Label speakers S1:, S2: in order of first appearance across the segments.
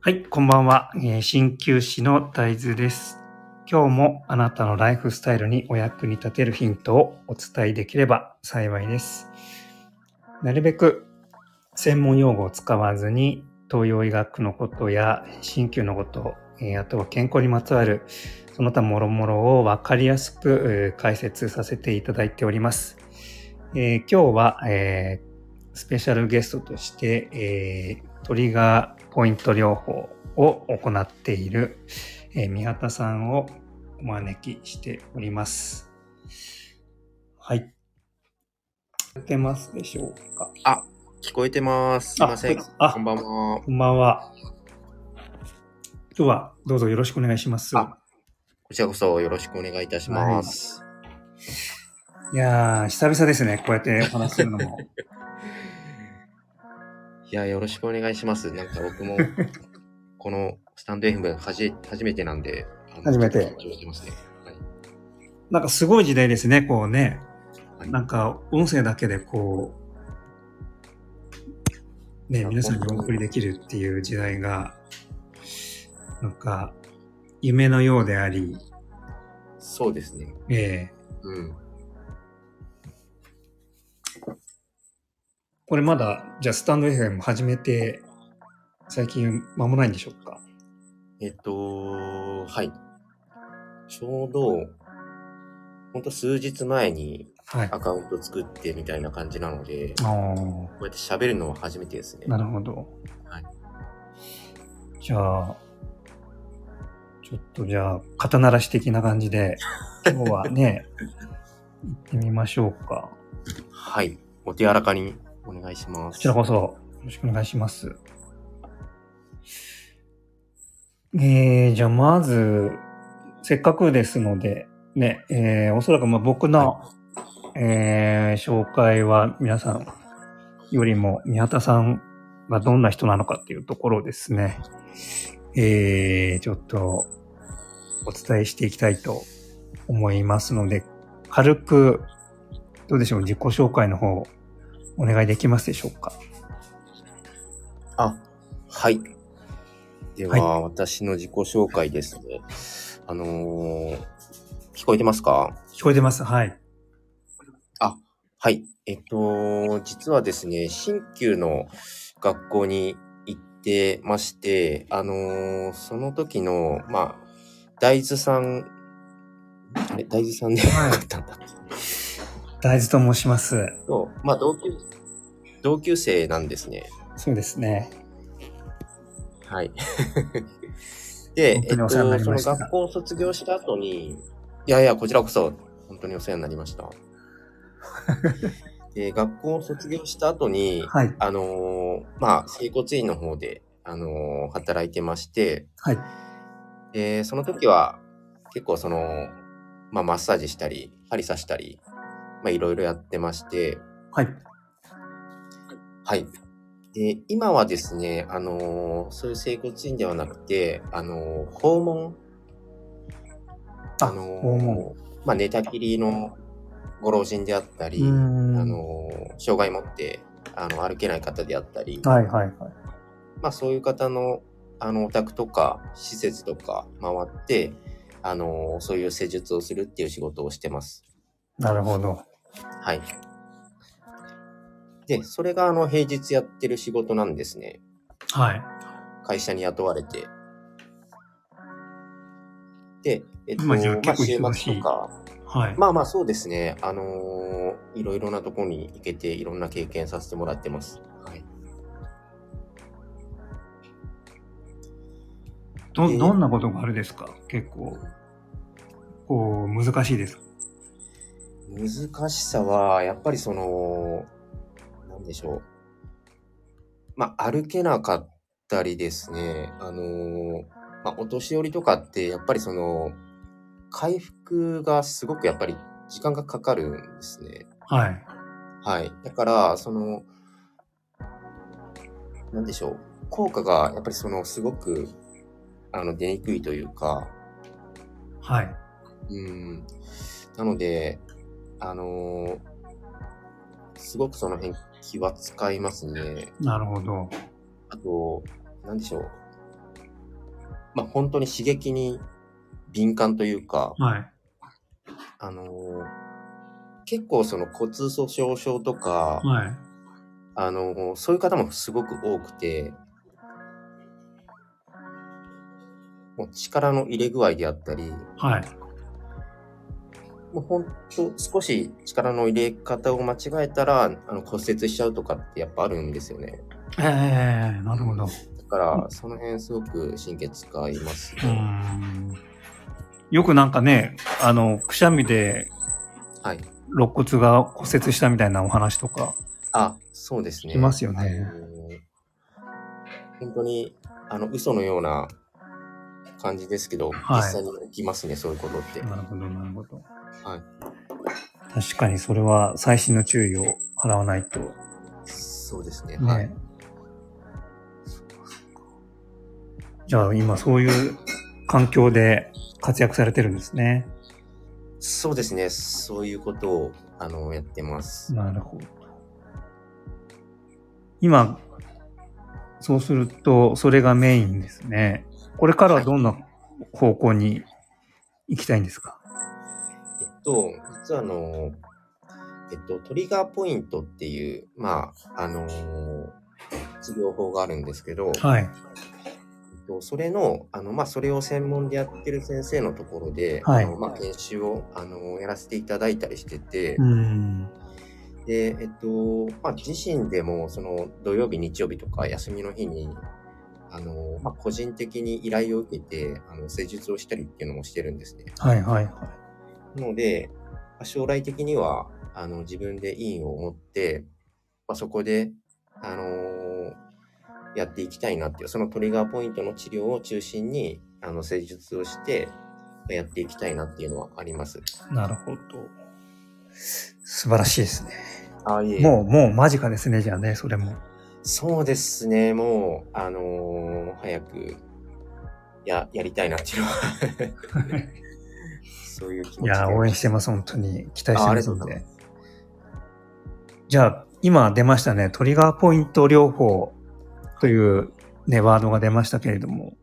S1: はい、こんばんは。えー鍼灸師の大豆です。今日もあなたのライフスタイルにお役に立てるヒントをお伝えできれば幸いです。なるべく専門用語を使わずに、東洋医学のことや鍼灸のこと、えーあとは健康にまつわるその他諸々をわかりやすくえー解説させていただいております。えー今日は、えースペシャルゲストとして、えートリガーポイント療法を行っている、えー宮田さんをお招きしております。はい。出てますでしょうか
S2: 聞こえてます。すいません。
S1: あ
S2: こんばんは。
S1: こんばんは。今日はどうぞよろしくお願いします。
S2: あこちらこそよろしくお願いいたします。
S1: いやー、久々ですね。こうやってお話しするのも。
S2: い、や、よろしくお願いします。なんか 僕も、このスタンド FM はじ初めてなんで、あの
S1: 初めて
S2: 緊張してますね。はい
S1: なんかすごい時代ですね、こうね。
S2: はい
S1: なんか音声だけでこう、ね、皆さんにお送りできるっていう時代が、なんか夢のようであり、
S2: そうですね。
S1: ええ
S2: うん。
S1: これまだ、じゃあスタンド FM 始めて、最近間もないんでしょうか。
S2: えっと、はい。ちょうど、ほんと数日前に
S1: はい。
S2: アカウント作ってみたいな感じなので、こ
S1: あー
S2: うやって喋るのは初めてですね。
S1: なるほど。
S2: はい
S1: じゃあ、ちょっとじゃあ、肩慣らし的な感じで、今日は ね、行ってみましょうか。
S2: はい。お手柔らかにお願いしま
S1: こ
S2: す。
S1: ちらこそ、よろしくお願いします。えー、じゃあまず、せっかくですので、ね、えー、おそらくまあ僕の、えー、紹介は皆さんよりも宮田さんがどんな人なのかっていうところをですね、えー、ちょっとお伝えしていきたいと思いますので、軽く、どうでしょう、自己紹介の方、お願いできますでしょうか。
S2: あ、はい。では、私の自己紹介ですね。あのー聞こえてますか
S1: 聞こえてます。はい。
S2: はい。えっと、実はですね、新旧の学校に行ってまして、あのーその時の、まあ、大豆さん、あれ、大豆さんでよ
S1: はい
S2: かったんだっけ
S1: 大豆と申します。
S2: と、まあ、同級、同級生なんですね。
S1: そうですね。
S2: はい。 で、え
S1: 本当
S2: っと、
S1: にお世話になり
S2: そ
S1: ま
S2: の
S1: した
S2: 学校を卒業した後に、いやいや、こちらこそ、本当にお世話になり ました。で、学校を卒業した後に、
S1: はい。
S2: あのーまあ、整骨院の方で、あのー働いてまして、
S1: はい。
S2: で、その時は、結構その、まあ、マッサージしたり、針刺したり、まあ、いろいろやってまして、
S1: はい。
S2: はい。で、今はですね、あのーそういう整骨院ではなくて、あのー訪問、
S1: あ
S2: のー
S1: 訪問
S2: まあ、寝たきりのご老人であったり、
S1: うー
S2: あ
S1: ん
S2: のー障害持って、あの、歩けない方であったり、
S1: はい。はい。はい。
S2: まあ、そういう方の、あの、お宅とか、施設とか回って、あのーそういう施術をするっていう仕事をしてます。
S1: なるほど。
S2: はい。で、それがあの平日やってる仕事なんですね。
S1: はい。
S2: 会社に雇われて。で、えっと、
S1: ま
S2: ま
S1: あ
S2: あ、
S1: じゃあ結構忙
S2: 週
S1: しい
S2: 末とか、
S1: はい。
S2: まあまあそうですね、あのーいろいろなとこに行けて、いろんな経験させてもらってます。はい。
S1: ど、
S2: えー
S1: どんなことがあるですか結構、こう、難しいです。
S2: 難しさは、やっぱりその、なんでしょう。まあ、歩けなかったりですね。あのーまあ、お年寄りとかって、やっぱりその、回復がすごくやっぱり時間がかかるんですね。
S1: はい。
S2: はい。だから、その、なんでしょう。効果が、やっぱりその、すごく、あの、出にくいというか、
S1: はい。
S2: うん。なので、あのーすごくその辺気は使いますね。
S1: なるほど。
S2: あと、なんでしょう。まあ、本当に刺激に敏感というか、
S1: はい。
S2: あのー結構その骨粗鬆症とか、
S1: はい。
S2: あのーそういう方もすごく多くて、もう力の入れ具合であったり、
S1: はい。
S2: もうほんと少し力の入れ方を間違えたら、あの骨折しちゃうとかってやっぱあるんですよね。
S1: ええなるほど。う
S2: だから、その辺すごく神経使います、
S1: ーん。よくなんかね、あの、くしゃみで
S2: はい。
S1: 肋骨が骨折したみたいなお話とか。
S2: あ、そうですね。
S1: いますよね
S2: あのー。本当に、あの、嘘のような感じですけど、
S1: はい
S2: 実際に起きますね、そういうことって。
S1: なるほど、なるほど。
S2: はい。
S1: 確かにそれは細心の注意を払わないと。
S2: そうですね。はい。
S1: ね。じゃあ今そういう環境で活躍されてるんですね。
S2: そうですね。そういうことを、あの、やってます。
S1: なるほど。今、そうすると、それがメインですね。これからはどんな方向に行きたいんですか
S2: えっと、実はあの、えっと、トリガーポイントっていう、まあ、あのー治療法があるんですけど、
S1: はい。
S2: えっとそれの、あの、まあ、それを専門でやってる先生のところで、
S1: はい
S2: あのまあ、研修を、あの、やらせていただいたりしてて、
S1: うーん。
S2: で、えっと、まあ、自身でも、その、土曜日、日曜日とか、休みの日に、あの、まあ、個人的に依頼を受けて、あの、施術をしたりっていうのもしてるんですね。
S1: はいはいはい。
S2: なので、まあ将来的には、あの、自分で委員を持って、まあ、そこで、あのーやっていきたいなっていう、そのトリガーポイントの治療を中心に、あの、施術をして、やっていきたいなっていうのはあります。
S1: なるほど。素晴らしいですね。
S2: ああ、い
S1: もう、もう間近ですね、じゃあね、それ も。
S2: そうですね、もう、あのー早く、や、やりたいなっていうのは、そういう気
S1: い
S2: 持ちで。
S1: やー、応援してます、本当に。期待してますの
S2: あありが
S1: で。じゃあ、今出ましたね、トリガーポイント療法というね、ワードが出ましたけれども、
S2: はい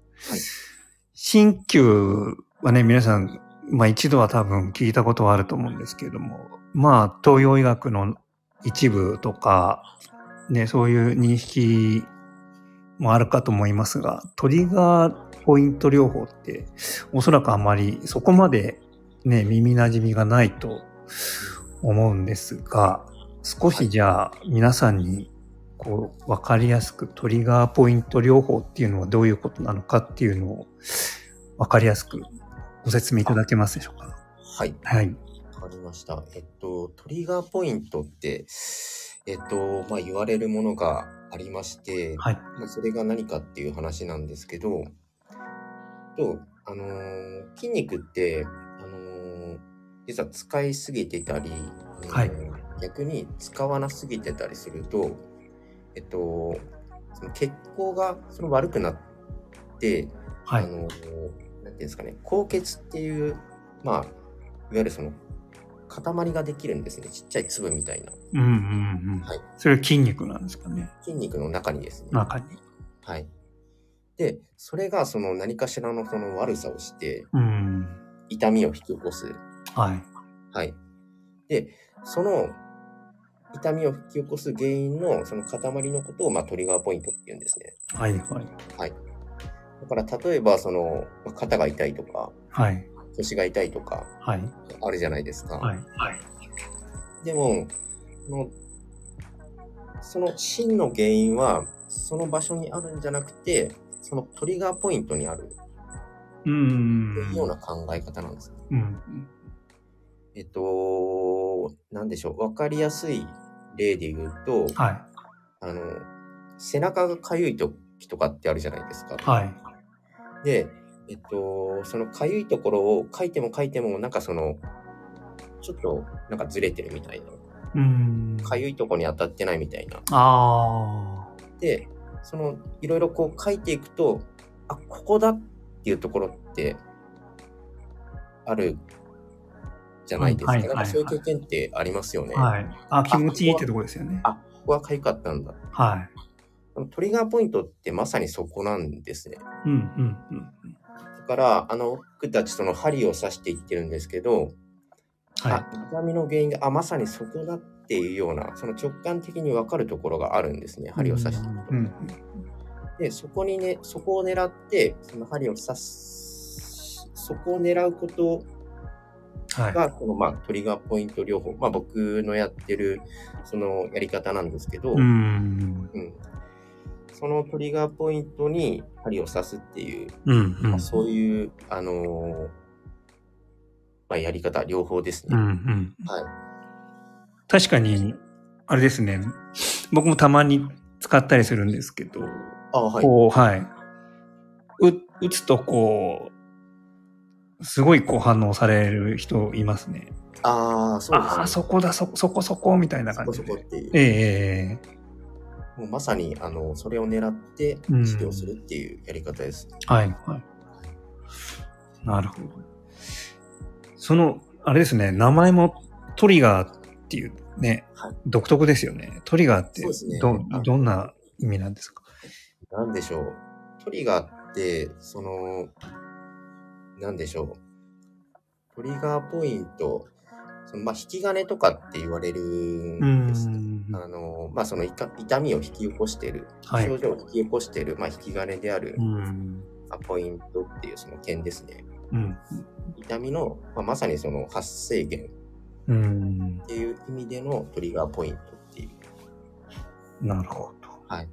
S1: 鍼灸はね、皆さん、まあ一度は多分聞いたことはあると思うんですけれども、まあ東洋医学の一部とか、ね、そういう認識もあるかと思いますが、トリガーポイント療法って、おそらくあまりそこまでね、耳馴染みがないと思うんですが、少しじゃあ皆さんにこう分かりやすくトリガーポイント療法っていうのはどういうことなのかっていうのを分かりやすくご説明いただけますでしょうか。
S2: はい。
S1: はい。
S2: わかりました。えっと、トリガーポイントって、えっと、まあ、言われるものがありまして、
S1: はい。
S2: まあそれが何かっていう話なんですけど、と、あのー筋肉って、あのー実は使いすぎてたり、あのー
S1: はい
S2: 逆に使わなすぎてたりすると、えっと、その血行がその悪くなって、
S1: は
S2: あ
S1: い。
S2: の、なんていうんですかね、高血っていう、まあ、いわゆるその、塊ができるんですね。ちっちゃい粒みたいな。
S1: うんうんうん。
S2: はい
S1: それは筋肉なんですかね。
S2: 筋肉の中にですね。
S1: 中に。
S2: はい。で、それがその何かしらのその悪さをして、
S1: うん。
S2: 痛みを引き起こす。
S1: はい。
S2: はい。で、その、痛みを引き起こす原因のその塊のことを、まあ、トリガーポイントって言うんですね。
S1: はいはい。
S2: だから、例えば、その、まあ肩が痛いとか、
S1: はい。
S2: 腰が痛いとか、
S1: はい。
S2: あるじゃないですか。
S1: はい。はい。
S2: でも、その、その真の原因は、その場所にあるんじゃなくて、そのトリガーポイントにある
S1: うん
S2: というような考え方なんです。
S1: うん。
S2: えっと、なんでしょう。わかりやすい例で言うと、
S1: は
S2: あの、背中が痒い時とかってあるじゃないですか。
S1: い。はい。
S2: で、えっと、その痒いところを書いても書いても、なんかその、ちょっとなんかずれてるみたいな。
S1: うん。
S2: 痒いところに当たってないみたいな。
S1: あ
S2: でそのいろいろこう書いていくとあここだっていうところってあるじゃないですか、
S1: はいはいはい
S2: なんかそういう経験ってありますよね、
S1: あ。はい。あ、気持ちいいってとこですよね。
S2: あここは痒かったんだ
S1: はい。
S2: トリガーポイントってまさにそこなんですね
S1: うんうんうんうん。
S2: だから、あの、僕たちその針を刺していってるんですけど、
S1: はい。
S2: あ痛みの原因が、あ、まさにそこだっていうような、その直感的に分かるところがあるんですね、針を刺していくと。
S1: うん。
S2: で、そこにね、そこを狙って、その針を刺す、そこを狙うこと
S1: は
S2: が、この、まあ、トリガーポイント療法。まあ、僕のやってる、その、やり方なんですけど、
S1: い。うん。
S2: うんそのトリガーポイントに針を刺すっていう、
S1: うん。うん
S2: まあ、。そういう、あのーまあ、やり方、両方です
S1: う
S2: ね。
S1: ん。うん。
S2: はい。
S1: 確かに、あれですね。僕もたまに使ったりするんですけど、
S2: あ、はい。
S1: こう、はい。う打つとこう、すごいこう反応される人いますね。
S2: ああ、そうです
S1: あ
S2: ね。
S1: あ、そこだ、そ、そこそこみたいな
S2: そ
S1: 感
S2: こ
S1: じ
S2: そ
S1: で
S2: こ。っていう。
S1: えええええ
S2: もうまさに、あの、それを狙って治
S1: うん
S2: 療するっていうやり方です。
S1: えはい、はい。なるほど。その、あれですね、名前もトリガーっていうね、
S2: はい
S1: 独特ですよね。トリガーって
S2: そうですね
S1: ど、
S2: はい
S1: どんな意味なんですか
S2: なんでしょう。トリガーって、その、なんでしょう。トリガーポイント、そのまあ、引き金とかって言われる
S1: うん
S2: ですね。
S1: ん。
S2: あの、まあ、そのいか痛みを引き起こしている、
S1: はい
S2: 症状を引き起こしている、まあ、引き金である、
S1: うん。
S2: まあポイントっていうその点ですね。
S1: うん。
S2: 痛みの、まあ、まさにその発生源
S1: うん
S2: っ。ていう意味でのトリガーポイントっていう。
S1: なるほど。
S2: はい。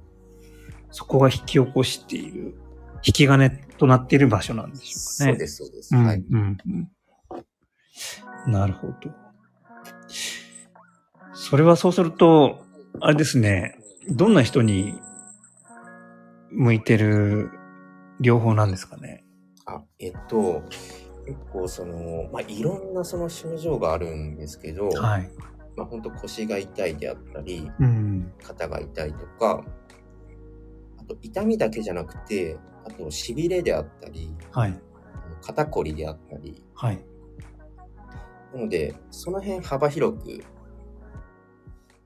S1: そこが引き起こしている、引き金となっている場所なんでしょうかね。
S2: そうです、そうです。
S1: うん
S2: はい。
S1: うんうんなるほど。それはそうすると、あれですね、どんな人に向いてる両方なんですかね。
S2: あ、えっと、結構その、まあ、いろんなその症状があるんですけど、
S1: はい。
S2: まあ、本当腰が痛いであったり、
S1: うん。
S2: 肩が痛いとか、あと痛みだけじゃなくて、あと痺れであったり、
S1: はい。
S2: 肩こりであったり、
S1: はい。
S2: なので、その辺幅広く、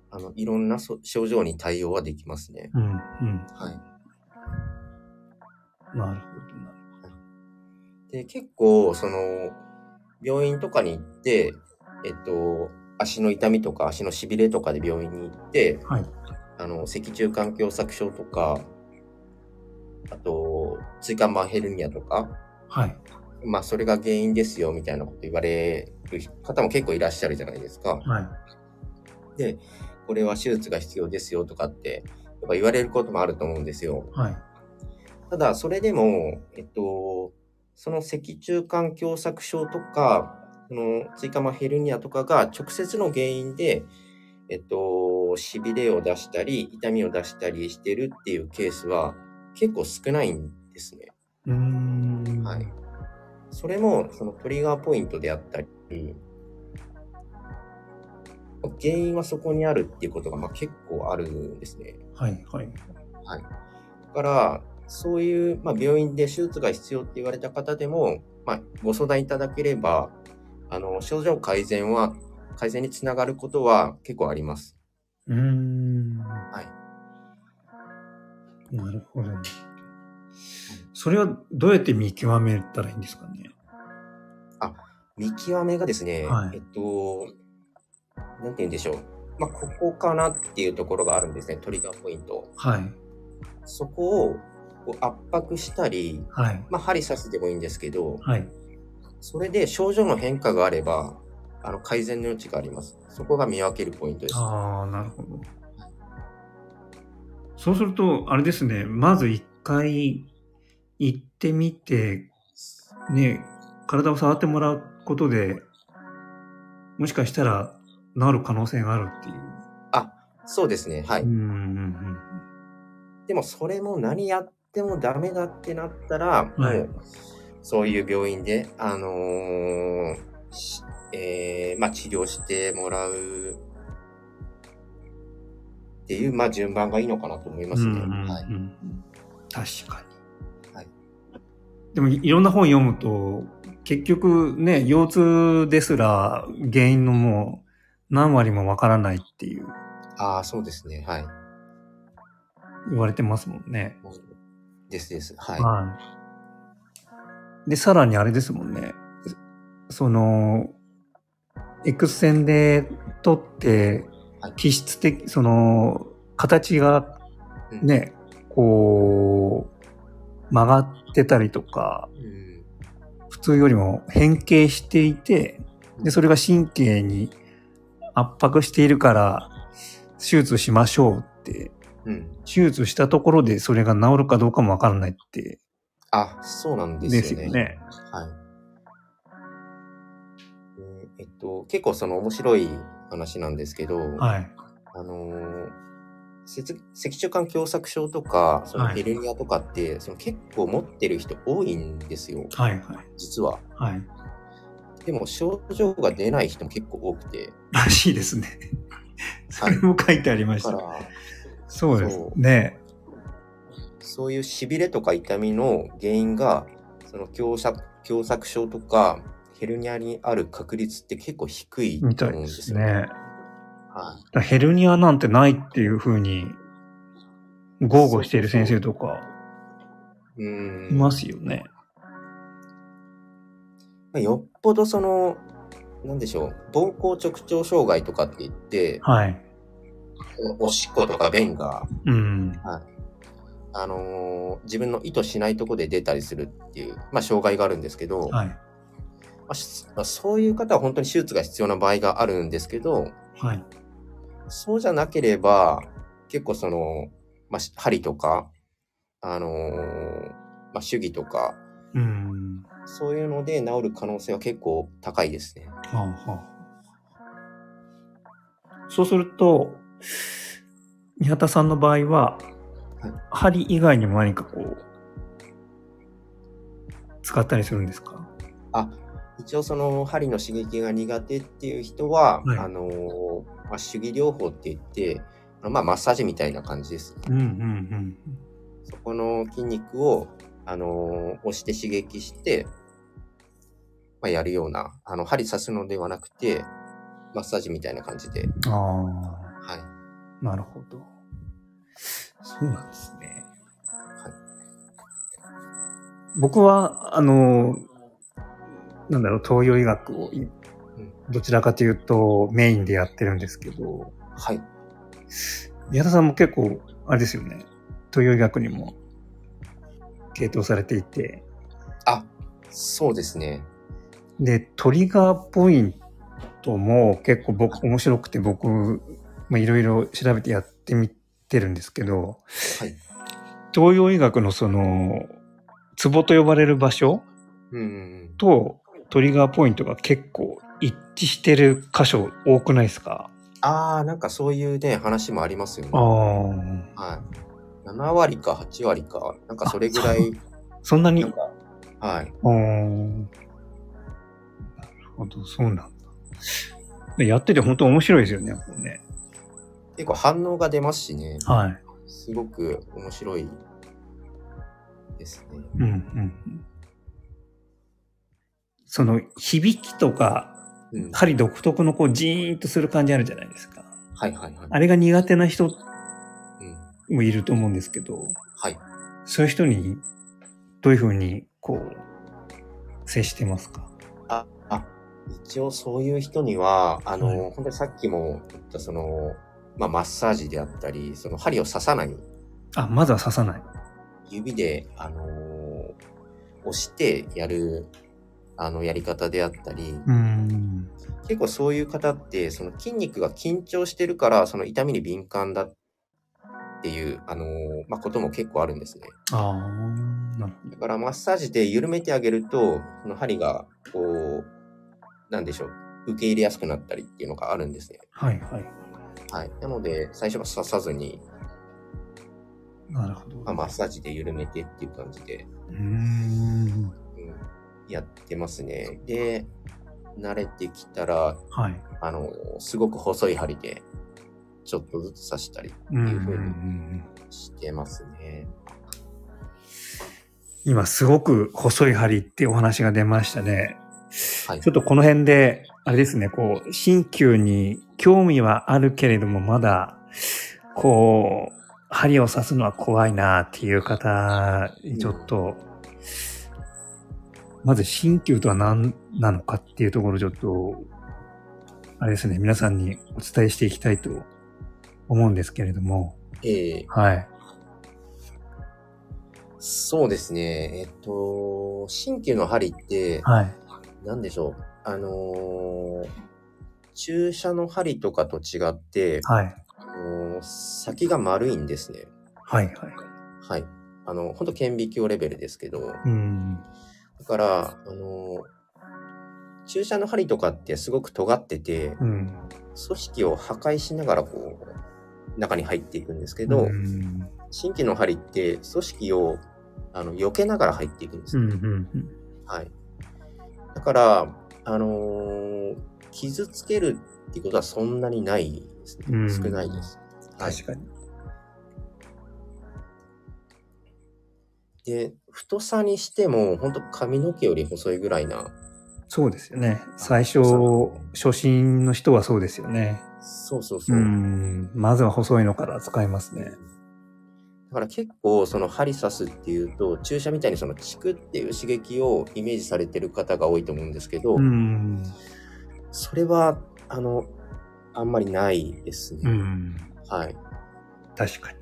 S2: あの、いろんなそ症状に対応はできますね。
S1: うん。うん。
S2: はい。
S1: なる
S2: で、結構、その、病院とかに行って、えっと、足の痛みとか足の痺れとかで病院に行って、
S1: ほど。はい。
S2: あの、脊柱管狭窄症とか、あと、椎間板ヘルニアとか、
S1: はい。
S2: まあ、それが原因ですよ、みたいなこと言われる方も結構いらっしゃるじゃないですか。
S1: はい。
S2: で、これは手術が必要ですよとかって、やっぱ言われることもあると思うんですよ。
S1: はい。
S2: ただ、それでも、えっと、その脊柱管狭窄症とか、その椎間板ヘルニアとかが直接の原因で、えっと、痺れを出したり、痛みを出したりしてるっていうケースは結構少ないんですね。
S1: うーん。
S2: はい。それも、そのトリガーポイントであったり、原因はそこにあるっていうことが、まあ、結構あるんですね。
S1: はい。はい。
S2: だから、そういう、まあ、病院で手術が必要って言われた方でも、まあ、ご相談いただければ、あの、症状改善は、改善につながることは結構あります。
S1: うーん。
S2: い
S1: なるほどね。それはどうやって見極めたらいいんですかね。
S2: 見極めがですね、
S1: はい
S2: えっと、なんて言うんでしょう。まあ、ここかなっていうところがあるんですね、トリガーポイント。
S1: はい。
S2: そこをこう圧迫したり、
S1: はい。
S2: まあ、針刺すでもいいんですけど、
S1: はい。
S2: それで症状の変化があれば、あの改善の余地があります。そこが見分けるポイントです。
S1: ああ、なるほど。そうすると、あれですね、まず一回行ってみて、ね、体を触ってもらうことで、もしかしたら治る可能性があるっていう。
S2: そうですね。はい。
S1: うーん。
S2: でもそれも何やってもダメだってなったら、
S1: はい
S2: もうそういう病院で、あのーしえーまあ、治療してもらうっていう、まあ、順番がいいのかなと思いますね。
S1: うんうんうん
S2: はい、
S1: 確かに、
S2: はい
S1: でもいいろんな本読むと結局ね腰痛ですら原因のもう何割もわからないっていう
S2: ああ、そうですね。はい。
S1: 言われてますもんね。
S2: ですです。はい。
S1: はで、さらにあれですもんね。その、X 線で撮って
S2: はい、
S1: 気質的、その、形がね、こう、曲がってたりとか、
S2: うん。
S1: 普通よりも変形していて、で、それが神経に圧迫しているから、手術しましょうって、
S2: うん。
S1: 手術したところでそれが治るかどうかもわからないって、
S2: あ、そうなんですよ
S1: で
S2: ね。
S1: すよね。
S2: はい。でえっと、結構その面白い話なんですけど、
S1: はい。
S2: あのー、脊脊柱管狭窄症とか、その
S1: はい
S2: ヘルニアとかって、その結構持ってる人多いんですよ、
S1: はい、はい。
S2: 実は。
S1: はい。
S2: でも症状が出ない人も結構多くて、
S1: らしいですね。それも書いてありまし
S2: だか
S1: た。
S2: ら、
S1: そうです
S2: そう
S1: ね。
S2: そういうしびれとか痛みの原因が、その狭窄狭窄症とか、ヘルニアにある確率って結構低い
S1: み
S2: と
S1: た
S2: 思
S1: い
S2: うん
S1: で
S2: です
S1: す
S2: よ。
S1: ね。だ
S2: は
S1: か
S2: い。
S1: らヘルニアなんてないっていうふうに、豪語している先生とか、
S2: う
S1: い
S2: ん。
S1: ますよね。
S2: まあよっぽどその、なんでしょう、膀胱直腸障害とかって言って、
S1: はい。
S2: おしっことか便が、
S1: うん。
S2: あのー自分の意図しないとこで出たりするっていう、まあ、障害があるんですけど、
S1: はい。
S2: まあしまあそういう方は本当に手術が必要な場合があるんですけど、
S1: はい。
S2: そうじゃなければ、結構その、まあ、し針とか、あのーまあ、手技とか、
S1: うん。
S2: そういうので治る可能性は結構高いですね。
S1: はあはあ、そうすると、宮田さんの場合は
S2: はい、
S1: 針以外にも何かこう、使ったりするんですか
S2: 一応その針の刺激が苦手っていう人は、
S1: はい
S2: あのーまあ、手技療法って言って、あのまあ、マッサージみたいな感じです。
S1: うんうん
S2: そこの筋肉を、あのー押して刺激して、まあ、やるような、あの、針刺すのではなくて、マッサージみたいな感じで、
S1: うん。ああ。
S2: はい。
S1: なるほど。そうなんですね。
S2: はい
S1: 僕は、あの、なんだろう、東洋医学をい
S2: ん
S1: どちらかというとメインでやってるんですけど、
S2: はい。
S1: 宮田さんも結構、あれですよね、東洋医学にも系統されていて、
S2: あ、そうですね。
S1: で、トリガーポイントも結構僕、面白くて僕、まあいろいろ調べてやってみてるんですけど、
S2: はい。
S1: 東洋医学のその、ツボと呼ばれる場所
S2: うん。
S1: とトリガーポイントが結構一致してる箇所多くないですか
S2: ああ、なんかそういうね、話もありますよね。は
S1: あ。
S2: い。7割か8割か、なんかそれぐらい、
S1: そんなに
S2: なんか、はい。
S1: あーなるほど、そうなんだ。でやってて本当面白いですよね、こうね。
S2: 結構反応が出ますしね。
S1: はい。
S2: すごく面白いですね。
S1: うん、うんうん。その、響きとか、
S2: うん。は
S1: 針独特のこう、ジーンとする感じあるじゃないですか。
S2: いはいはい。
S1: あれが苦手な人
S2: うん。
S1: もいると思うんですけど、
S2: はい。
S1: そういう人にどういうふうにこう接してますか
S2: あ、あ、一応そういう人には、あの、
S1: は
S2: 本当にさっきも言った、その、まあ、マッサージであったり、その針を刺さない、
S1: あ、まずは刺さない。
S2: 指で、あのー押してやる、あの、やり方であったり、
S1: うーん。
S2: 結構そういう方って、その筋肉が緊張してるから、その痛みに敏感だっていう、あのーまあ、ことも結構あるんですね。
S1: ああ、なるほ
S2: だからマッサージで緩めてあげると、その針が、こう、なんでしょう、受け入れやすくなったりっていうのがあるんですね。
S1: ど。はいはい。
S2: はい。なので、最初は刺さずに、
S1: なるほど。
S2: まあ、マッサージで緩めてっていう感じで、
S1: うーん。
S2: うん、やってますね。で、慣れてきたら、
S1: はい。
S2: あの、すごく細い針で、ちょっとずつ刺したり
S1: うんうんうんう
S2: いうふうに
S1: ん。
S2: してますね。
S1: 今すごく細い針ってお話が出ましたね。
S2: はい
S1: ちょっとこの辺で、あれですね、こう、鍼灸に興味はあるけれども、まだ、こう、針を刺すのは怖いなっていう方にちょっと、まず鍼灸とは何なのかっていうところをちょっと、あれですね、皆さんにお伝えしていきたいと思うんですけれども、
S2: ええ
S1: はい。
S2: そうですね。えっと、鍼灸の針って、
S1: はい。
S2: なんでしょう。あのー注射の針とかと違って、
S1: はい。
S2: あのー先が丸いんですね。
S1: はい。はい。
S2: はい。あの、ほんと顕微鏡レベルですけど、
S1: うん。
S2: だから、あのー注射の針とかってすごく尖ってて、
S1: うん。
S2: 組織を破壊しながらこう、中に入っていくんですけど、
S1: うん。
S2: 新規の針って組織をあの避けながら入っていくんです
S1: う
S2: よ、
S1: ん。うん。
S2: はい。だから、あのー傷つけるっていうことはそんなにないですね。
S1: うん
S2: 少ないです。はい。
S1: 確かに。
S2: で、太さにしても、本当髪の毛より細いぐらいな。
S1: そうですよね。最初
S2: そうですね、
S1: 初心の人はそうですよね。
S2: そうそうそうう。
S1: ん。まずは細いのから使いますね。
S2: だから結構、その針刺すっていうと、注射みたいにそのチクっていう刺激をイメージされてる方が多いと思うんですけど、
S1: うん。
S2: それは、あの、あんまりないですね。
S1: うん。
S2: はい。
S1: 確かに。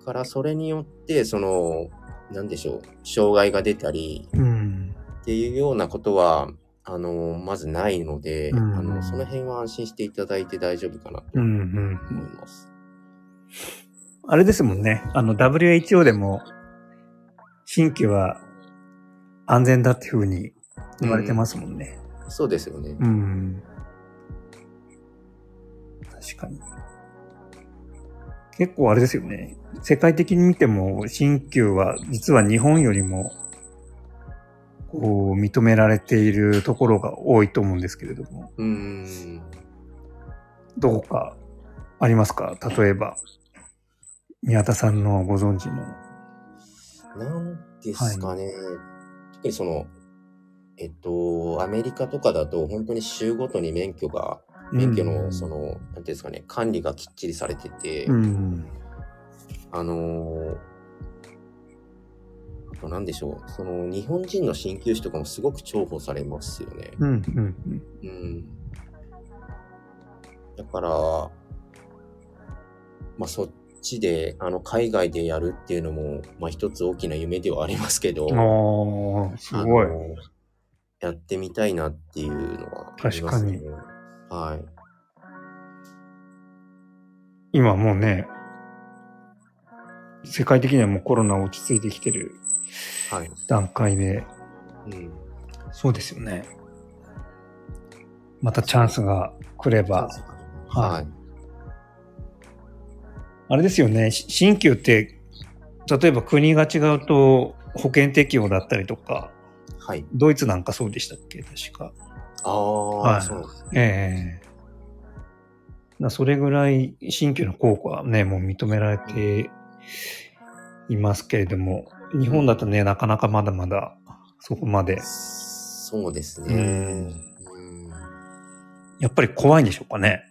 S2: だから、それによって、その、なんでしょう、障害が出たり
S1: うん。
S2: っていうようなことは、あの、まずないので、
S1: うん
S2: あの、その辺は安心していただいて大丈夫かなと
S1: うん。う
S2: 思
S1: ん。
S2: います。
S1: あれですもんね。あの、WHO でも、新規は安全だっていうふうに言われてますもんね。
S2: そうですよね。
S1: うん。確かに。結構あれですよね。世界的に見ても、新旧は実は日本よりも、こう、認められているところが多いと思うんですけれども、
S2: うーん。
S1: どこかありますか例えば、宮田さんのご存知の。
S2: なんですかね。特にその、えっと、アメリカとかだと、本当に州ごとに免許が、免許
S1: う
S2: の、
S1: ん
S2: その、なんていうんですかね、管理がきっちりされてて、
S1: うん。
S2: あのーあと何でしょう。その、日本人の鍼灸師とかもすごく重宝されますよね。
S1: うん、うん、
S2: うん。だから、まあ、そっちで、あの、海外でやるっていうのも、まあ、一つ大きな夢ではありますけど、
S1: うん。ああ、すごい
S2: あ。のやってみたいなっていうのはありますね。はい。
S1: 今もうね、世界的にはもうコロナ落ち着いてきてる
S2: はい。
S1: 段階で、
S2: うん。
S1: そうですよね。またチャンスが来れば、
S2: は。
S1: はいあれですよね、し新旧って、例えば国が違うと保険適用だったりとか、
S2: はい。
S1: ドイツなんかそうでしたっけ確か。
S2: ああ、
S1: はい
S2: そうですね。
S1: ええなそれぐらい新旧の効果はね、もう認められていますけれども、日本だとね、なかなかまだまだそこまで。
S2: そうです
S1: う
S2: ね
S1: ん。
S2: うん。
S1: やっぱり怖いんでしょうかね。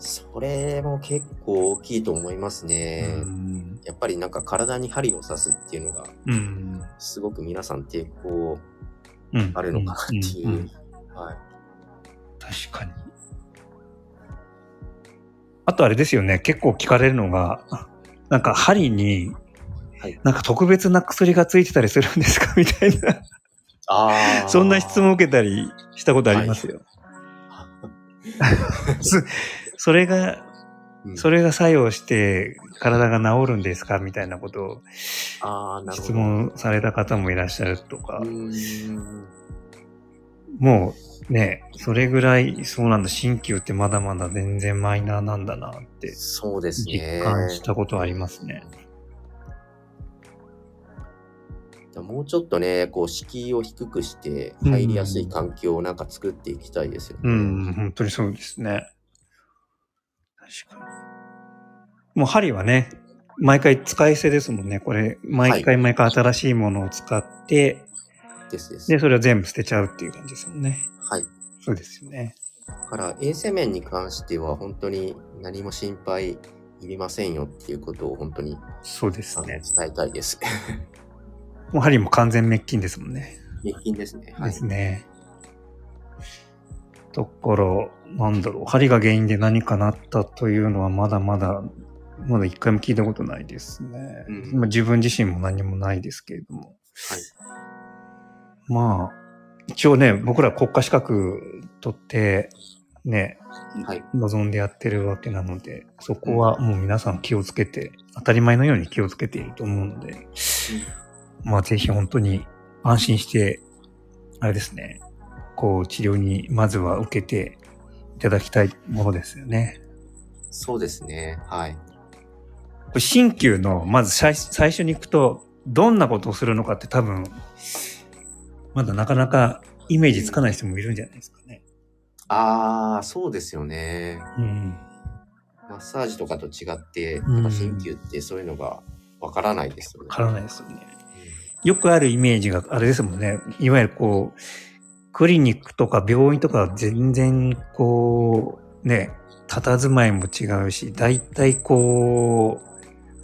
S2: それも結構大きいと思いますね。
S1: うん
S2: やっぱりなんか体に針を刺すっていうのが、
S1: うん。
S2: すごく皆さん抵抗
S1: うん。
S2: あるのかなってい
S1: んんん
S2: う。はい。
S1: 確かに。あとあれですよね、結構聞かれるのが、なんか針に
S2: はい、
S1: なんか特別な薬がついてたりするんですかみたいな。
S2: ああ。
S1: そんな質問を受けたりしたことありますよ。すそれが、
S2: うん。
S1: それが作用して体が治るんですかみたいなことを
S2: ああ、なるほど。
S1: 質問された方もいらっしゃるとか
S2: う、ーん。
S1: もうね、それぐらい、そうなんだ、鍼灸ってまだまだ全然マイナーなんだなって
S2: そうです
S1: 実
S2: ね。
S1: 感したことありますね。
S2: もうちょっとね、こう、敷居を低くして、
S1: うん
S2: 入りやすい環境をなんか作っていきたいですよね。
S1: うん、本当にそうですね。確かに。もう針はね、毎回使い捨てですもんね。これ、毎回毎回新しいものを使って、
S2: ですです。
S1: で、それを全部捨てちゃうっていう感じですもんね。
S2: はい。
S1: そうですよね。
S2: だから、衛生面に関しては、本当に何も心配いりませんよっていうことを本当に、
S1: そうです
S2: あの
S1: ね
S2: 伝。えたいです。
S1: もう針も完全滅菌ですもんね。
S2: 滅菌ですね。は
S1: で
S2: い。
S1: すね。ところ、なんだろう、針が原因で何かなったというのはまだまだ、まだ一回も聞いたことないですね。
S2: うん
S1: まあ自分自身も何もないですけれども。まあ、一応ね、僕ら国家資格取って、ね、
S2: はい。
S1: 望んでやってるわけなので、そこはもう皆さん気をつけて、当たり前のように気をつけていると思うので、まあぜひ本当に安心して、あれですね、こう治療にまずは受けていただきたいものですよね。
S2: そうですね。はい。
S1: これ鍼灸の、まず最最初に行くと、どんなことをするのかって多分、まだなかなかイメージつかない人もいるんじゃないですかね。
S2: ああ、そうですよね。
S1: うん。
S2: マッサージとかと違って、
S1: うん
S2: なんか鍼灸ってそういうのがわからないですよね。
S1: わからないですよね。よくあるイメージがあれですもんね。いわゆるこう、クリニックとか病院とか全然こう、ね、佇まいも違うし、大体こう、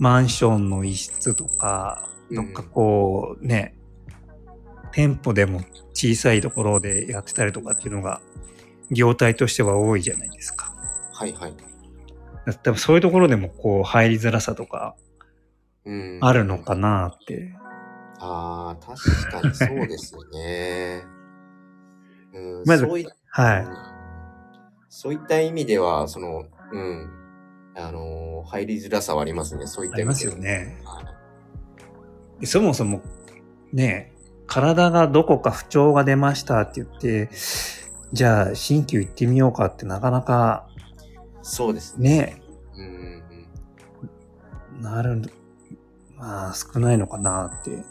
S1: マンションの一室とか、
S2: うん
S1: どっかこうね、店舗でも小さいところでやってたりとかっていうのが、業態としては多いじゃないですか。
S2: はいはい。
S1: 多分そういうところでもこう入りづらさとか
S2: うん
S1: あるのかなって。
S2: ああ、確かにそうですよね。うん、
S1: まず
S2: そうい
S1: はい。
S2: そういった意味では、その、うん、あのー入りづらさはありますね。そうい
S1: あ
S2: った
S1: り
S2: 意
S1: ま
S2: 味
S1: す
S2: で
S1: よ
S2: は。
S1: ね。
S2: はい
S1: でそもそも、ね、体がどこか不調が出ましたって言って、じゃあ、鍼灸行ってみようかってなかなか、
S2: そうですね。
S1: ね、
S2: うんうん
S1: なる、まあ、少ないのかなって。
S2: うん、うん。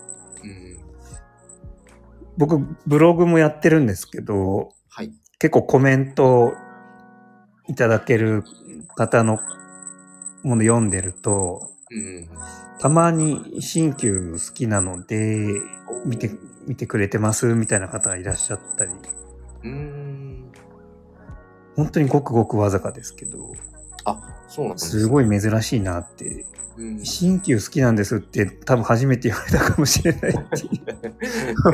S1: 僕、ブログもやってるんですけど、
S2: はい。
S1: 結構コメントいただける方のもの読んでると、
S2: うんうんうん。
S1: たまに鍼灸好きなので、見て、見てくれてますみたいな方がいらっしゃったり、
S2: うん。
S1: 本当にごくごくわずかですけど、
S2: あ、そうなんですね
S1: すごい珍しいなって、
S2: うん
S1: 鍼灸好きなんですって多分初めて言われたかもしれないってい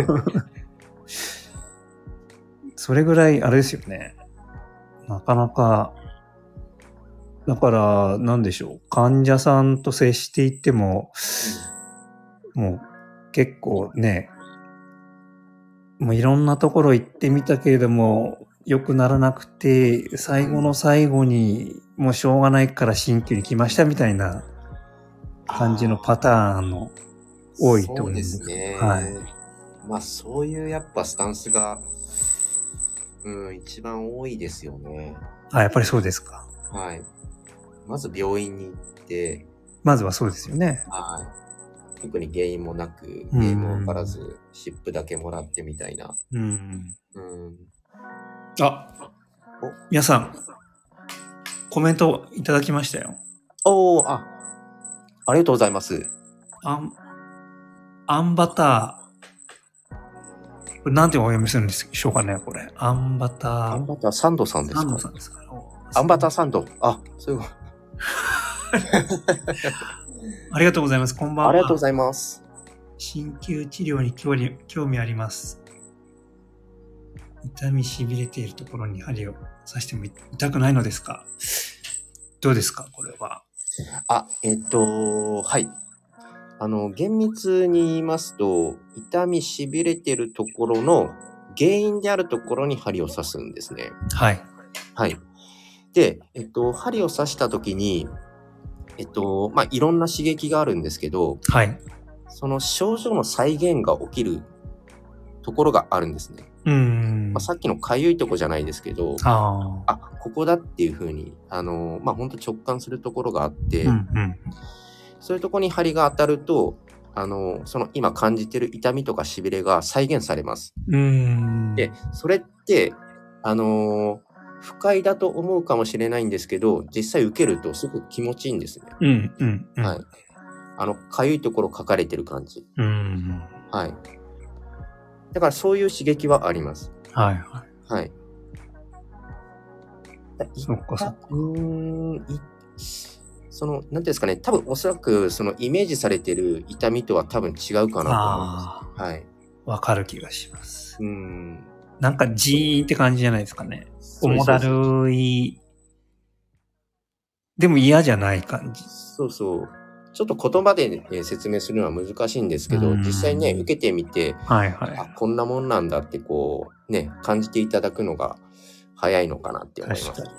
S1: う それぐらいあれですよね。なかなか、だから、なんでしょう。患者さんと接していっても、もう結構ね、もういろんなところ行ってみたけれども、良くならなくて、最後の最後に、もうしょうがないから鍼灸に来ましたみたいな感じのパターンの多いと思
S2: そううんで
S1: ですすけど
S2: ね。
S1: はい
S2: まあそういうやっぱスタンスが、うん、一番多いですよね。
S1: あ、やっぱりそうですか。
S2: はい。まず病院に行って、
S1: まずはそうですよね。
S2: はい。特に原因もなく、
S1: うん
S2: 原因もわからず、湿布だけもらってみたいな。
S1: うん。
S2: うん。
S1: あ、お皆さん、コメントいただきましたよ。
S2: おー、あ、ありがとうございます。
S1: あん、あんバター。これなんてお読みするんでしょうかね、これ。あんバター。
S2: アンバターサンドさんです
S1: サンド
S2: か
S1: さんですか
S2: アンバター
S1: さ
S2: サンド。あ、そういうこ
S1: ん。ありがとうございます。こんばん
S2: と。
S1: は。
S2: ありがとうございます。
S1: 鍼灸治療に興味興味あります。痛みしびれているところに針を刺しても痛くないのですかどうですかこれは。
S2: あ、えっと、はい。あの、厳密に言いますと、痛み、痺れてるところの原因であるところに針を刺すんですね。
S1: はい。
S2: はい。で、えっと、針を刺したときに、えっと、まあ、いろんな刺激があるんですけど、
S1: はい。
S2: その症状の再現が起きるところがあるんですね。
S1: うーん
S2: まあ、。さっきのかゆいとこじゃないですけど、
S1: ああ。
S2: あ、ここだっていうふうに、あの、まあ、ほんと直感するところがあって、
S1: うんうん。
S2: そういうところに針が当たると、あの、その今感じてる痛みとか痺れが再現されます。
S1: うーん。
S2: で、それって、あの不快だと思うかもしれないんですけど、実際受けるとすごく気持ちいいんですね。
S1: うんうんうん。
S2: はい。あの、かゆいところ書かれてる感じ。
S1: うーん。
S2: はい。だからそういう刺激はあります。
S1: はいは
S2: はい。だ
S1: い。そっかそっか。
S2: うーん、いその、なんていうんですかね、多分おそらく、そのイメージされてる痛みとは多分違うかな
S1: あ
S2: と思います。はい。
S1: あ、わかる気がします。
S2: うん。
S1: なんかジーンって感じじゃないですかね。重だるい。でも嫌じゃない感じ。
S2: そうそう。ちょっと言葉で、ね、説明するのは難しいんですけど、
S1: うん
S2: 実際ね、受けてみて、
S1: はいは
S2: あ、こんなもんなんだってこう、ね、感じていただくのが早いのかなって
S1: い。
S2: 思います。
S1: 確か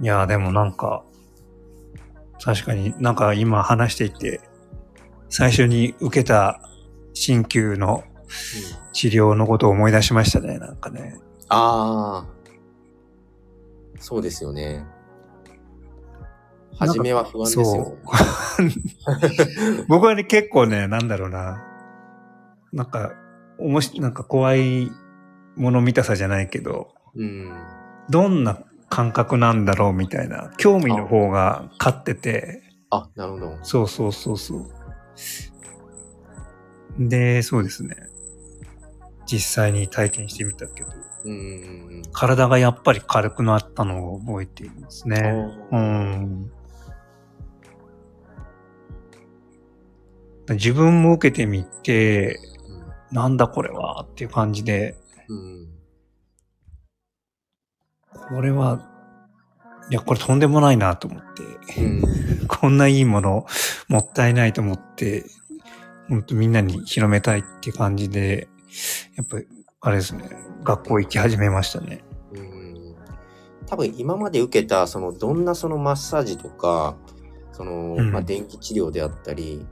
S1: に。いやー、でもなんか、確かになんか今話していて、最初に受けた鍼灸の
S2: うん
S1: 治療のことを思い出しましたね、なんかね。
S2: ああ。そうですよね。
S1: なんか
S2: 初めは不安ですよ。
S1: 僕はね、結構ね、なんだろうな。なんか、おもし、なんか怖いもの見たさじゃないけど、
S2: うん。
S1: どんな感覚なんだろうみたいな、興味の方が勝ってて、
S2: あ、なるほど。
S1: そうそうそうそう。で、そうですね。実際に体験してみたけど、
S2: うん。
S1: 体がやっぱり軽くなったのを覚えています
S2: あ
S1: ね。う
S2: ー
S1: ん。自分も受けてみて、なんだこれはっていう感じで、
S2: うん。
S1: これは、いや、これとんでもないなと思って、
S2: うん。
S1: こんないいものもったいないと思って、ほんとみんなに広めたいっていう感じで、やっぱり、あれですね、学校行き始めましたね。
S2: うん多分今まで受けたそのどんなそのマッサージとかその、
S1: うん
S2: まあ、電気治療であったり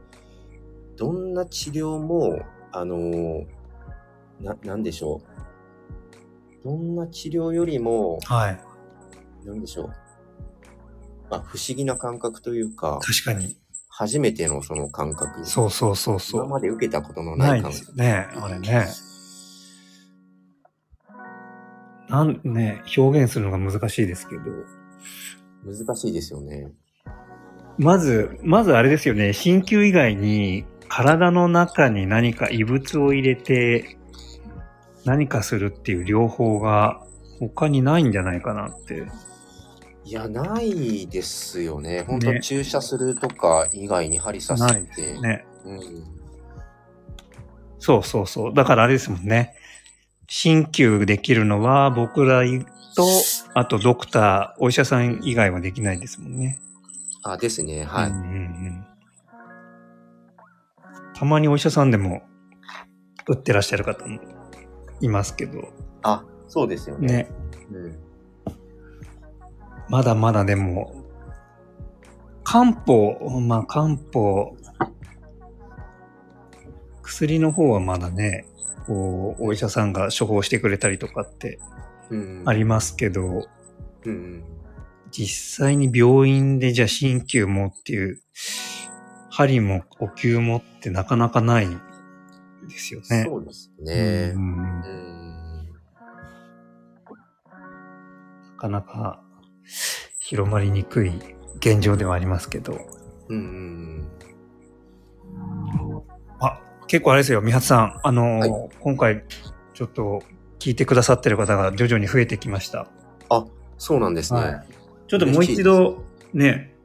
S2: どんな治療もあのななんでしょうどんな治療よりも
S1: はい。
S2: なんでしょう、まあ、不思議な感覚というか
S1: 確かに。
S2: 初めてのその感覚
S1: そうそうそうそ
S2: 今
S1: う。
S2: まで受けたことのな
S1: ないい
S2: 感
S1: で
S2: 覚
S1: すよね、あれね。なんね、表現するのが難しいですけど、
S2: 難しいですよね。
S1: まず、まずあれですよね、鍼灸以外に体の中に何か異物を入れて何かするっていう療法が他にないんじゃないかなって。
S2: いや、ないですよね。本当、
S1: ね
S2: 注射するとか以外に針刺
S1: ない
S2: してて。
S1: ね。
S2: うん。
S1: そうそうそう。だからあれですもんね。鍼灸できるのは僕らと、あとドクター、お医者さん以外はできないですもんね。
S2: あ、ですね。は
S1: う
S2: い
S1: ん。うんうんたまにお医者さんでも打ってらっしゃる方もいますけど、
S2: あ、そうですよね。
S1: ね、
S2: うん。
S1: まだまだでも、漢方、まあ漢方、薬の方はまだね、こう、お医者さんが処方してくれたりとかって
S2: うん。
S1: ありますけど、
S2: うん。
S1: 実際に病院でじゃあ鍼灸もっていう、針も呼吸もってなかなかないですよね。
S2: そうですね
S1: う。んな
S2: うん。
S1: かなか広まりにくい現状ではありますけど。
S2: うん。
S1: あ、結構あれですよ、三発さん。あのー
S2: は
S1: 今回ちょっと聞いてくださってる方が徐々に増えてきました。
S2: そうなんですね。
S1: い。ちょっともう一度ね、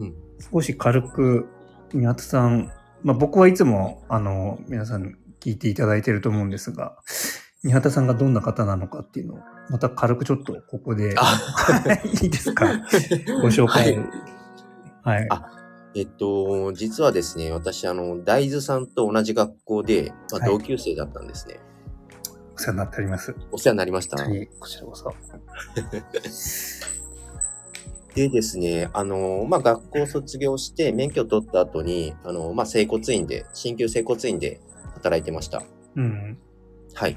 S2: うん。
S1: 少し軽く、宮田さん、まあ、僕はいつも、あの、皆さん聞いていただいてると思うんですが、宮田さんがどんな方なのかっていうのを、また軽くちょっとここで、
S2: あ、
S1: いいですかご紹介。
S2: は
S1: はい。
S2: あい。えっと、実はですね、私、あの、大豆さんと同じ学校で、まあ
S1: はい
S2: 同級生だったんですね。
S1: お世話になっております。
S2: お世話になりました。
S1: はい、こちらこそ。
S2: でですね、あの、まあ、学校を卒業して免許取った後に、あの、まあ、整骨院で、鍼灸整骨院で働いてました。
S1: うん。
S2: はい。